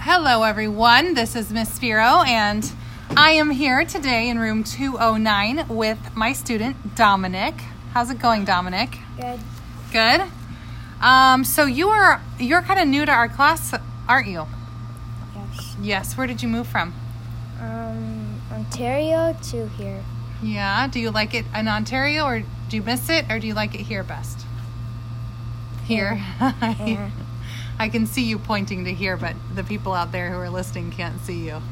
Hello, everyone. This is Miss Spiro, and I am here today in room 209 with my student, Dominic. How's it going, Dominic? Good. Good. Um, so you are you're kind of new to our class, aren't you? Yes. Yes. Where did you move from? Um, Ontario to here. Yeah. Do you like it in Ontario, or do you miss it, or do you like it here best? Here. Mm-hmm. Here. I can see you pointing to here, but the people out there who are listening can't see you.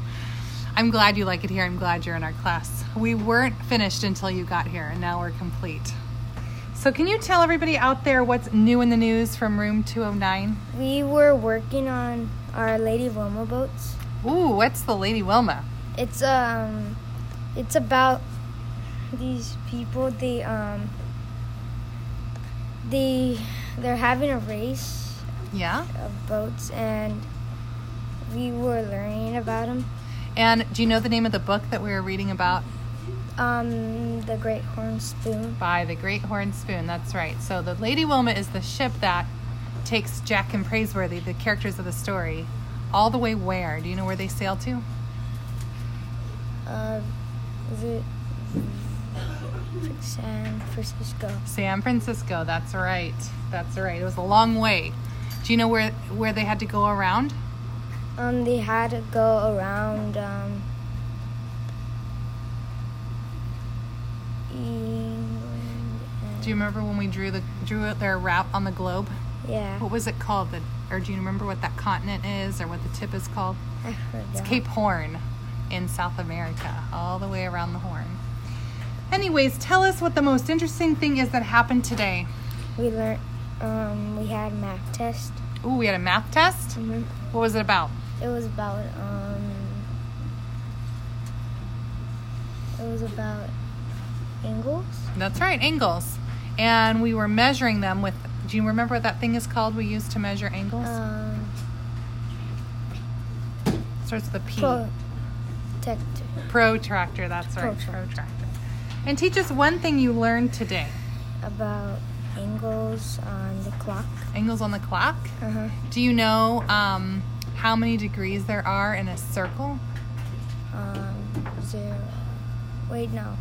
I'm glad you like it here. I'm glad you're in our class. We weren't finished until you got here, and now we're complete. So, can you tell everybody out there what's new in the news from room 209? We were working on our Lady Wilma boats. Ooh, what's the Lady Wilma? It's um, it's about these people. They um, they they're having a race Yeah. of boats, and we were learning about them. And do you know the name of the book that we were reading about? Um, the Great Horn Spoon. By the Great Horn Spoon. That's right. So the Lady Wilma is the ship that takes Jack and Praiseworthy, the characters of the story, all the way where? Do you know where they sail to? Uh, is it San Francisco? San Francisco. That's right. That's right. It was a long way. Do you know where where they had to go around? Um, they had to go around. Um, England. And, Do you remember when we drew the drew out their route on the globe? Yeah, What was it called? The, or do you remember what that continent is or what the tip is called? I forgot. It's Cape Horn in South America, all the way around the horn. Anyways, tell us what the most interesting thing is that happened today. We learned. Um, we had math test. Ooh, we had a math test. Mm-hmm. What was it about? It was about. Um, it was about angles. That's right, angles. And we were measuring them with. Do you remember what that thing is called we used to measure angles? Um, Starts with a P. protector. Protractor, that's right. Protractor. Protractor. And teach us one thing you learned today. About angles on the clock. Angles on the clock. Uh huh. Do you know um, how many degrees there are in a circle? Um, zero. Wait, no.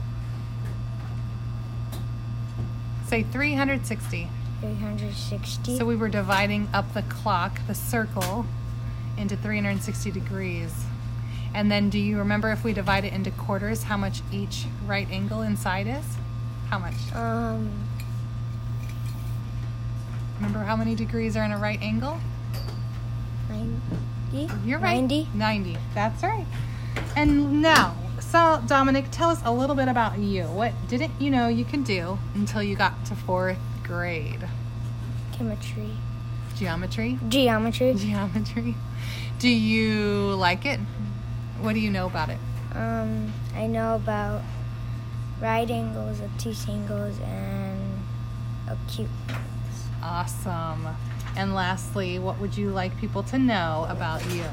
Say 360. 360. So we were dividing up the clock, the circle, into 360 degrees. And then do you remember if we divide it into quarters, how much each right angle inside is? How much? um, Remember how many degrees are in a right angle? 90? You're right. 90? 90. That's right. And now, so Dominic, tell us a little bit about you. What didn't you know you could do until you got to fourth grade? Chemistry. Geometry. Geometry. Geometry. Do you like it? What do you know about it? Um, I know about right angles, obtuse angles, and acute angles. Awesome. And lastly, what would you like people to know about you?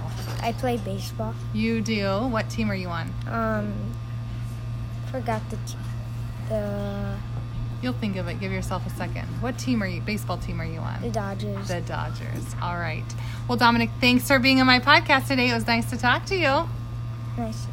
I play baseball. You do. What team are you on? Um, forgot the, t- the, You'll think of it. Give yourself a second. What team are you? Baseball team are you on? the Dodgers. The Dodgers. All right. Well, Dominic, thanks for being on my podcast today. It was nice to talk to you. nice.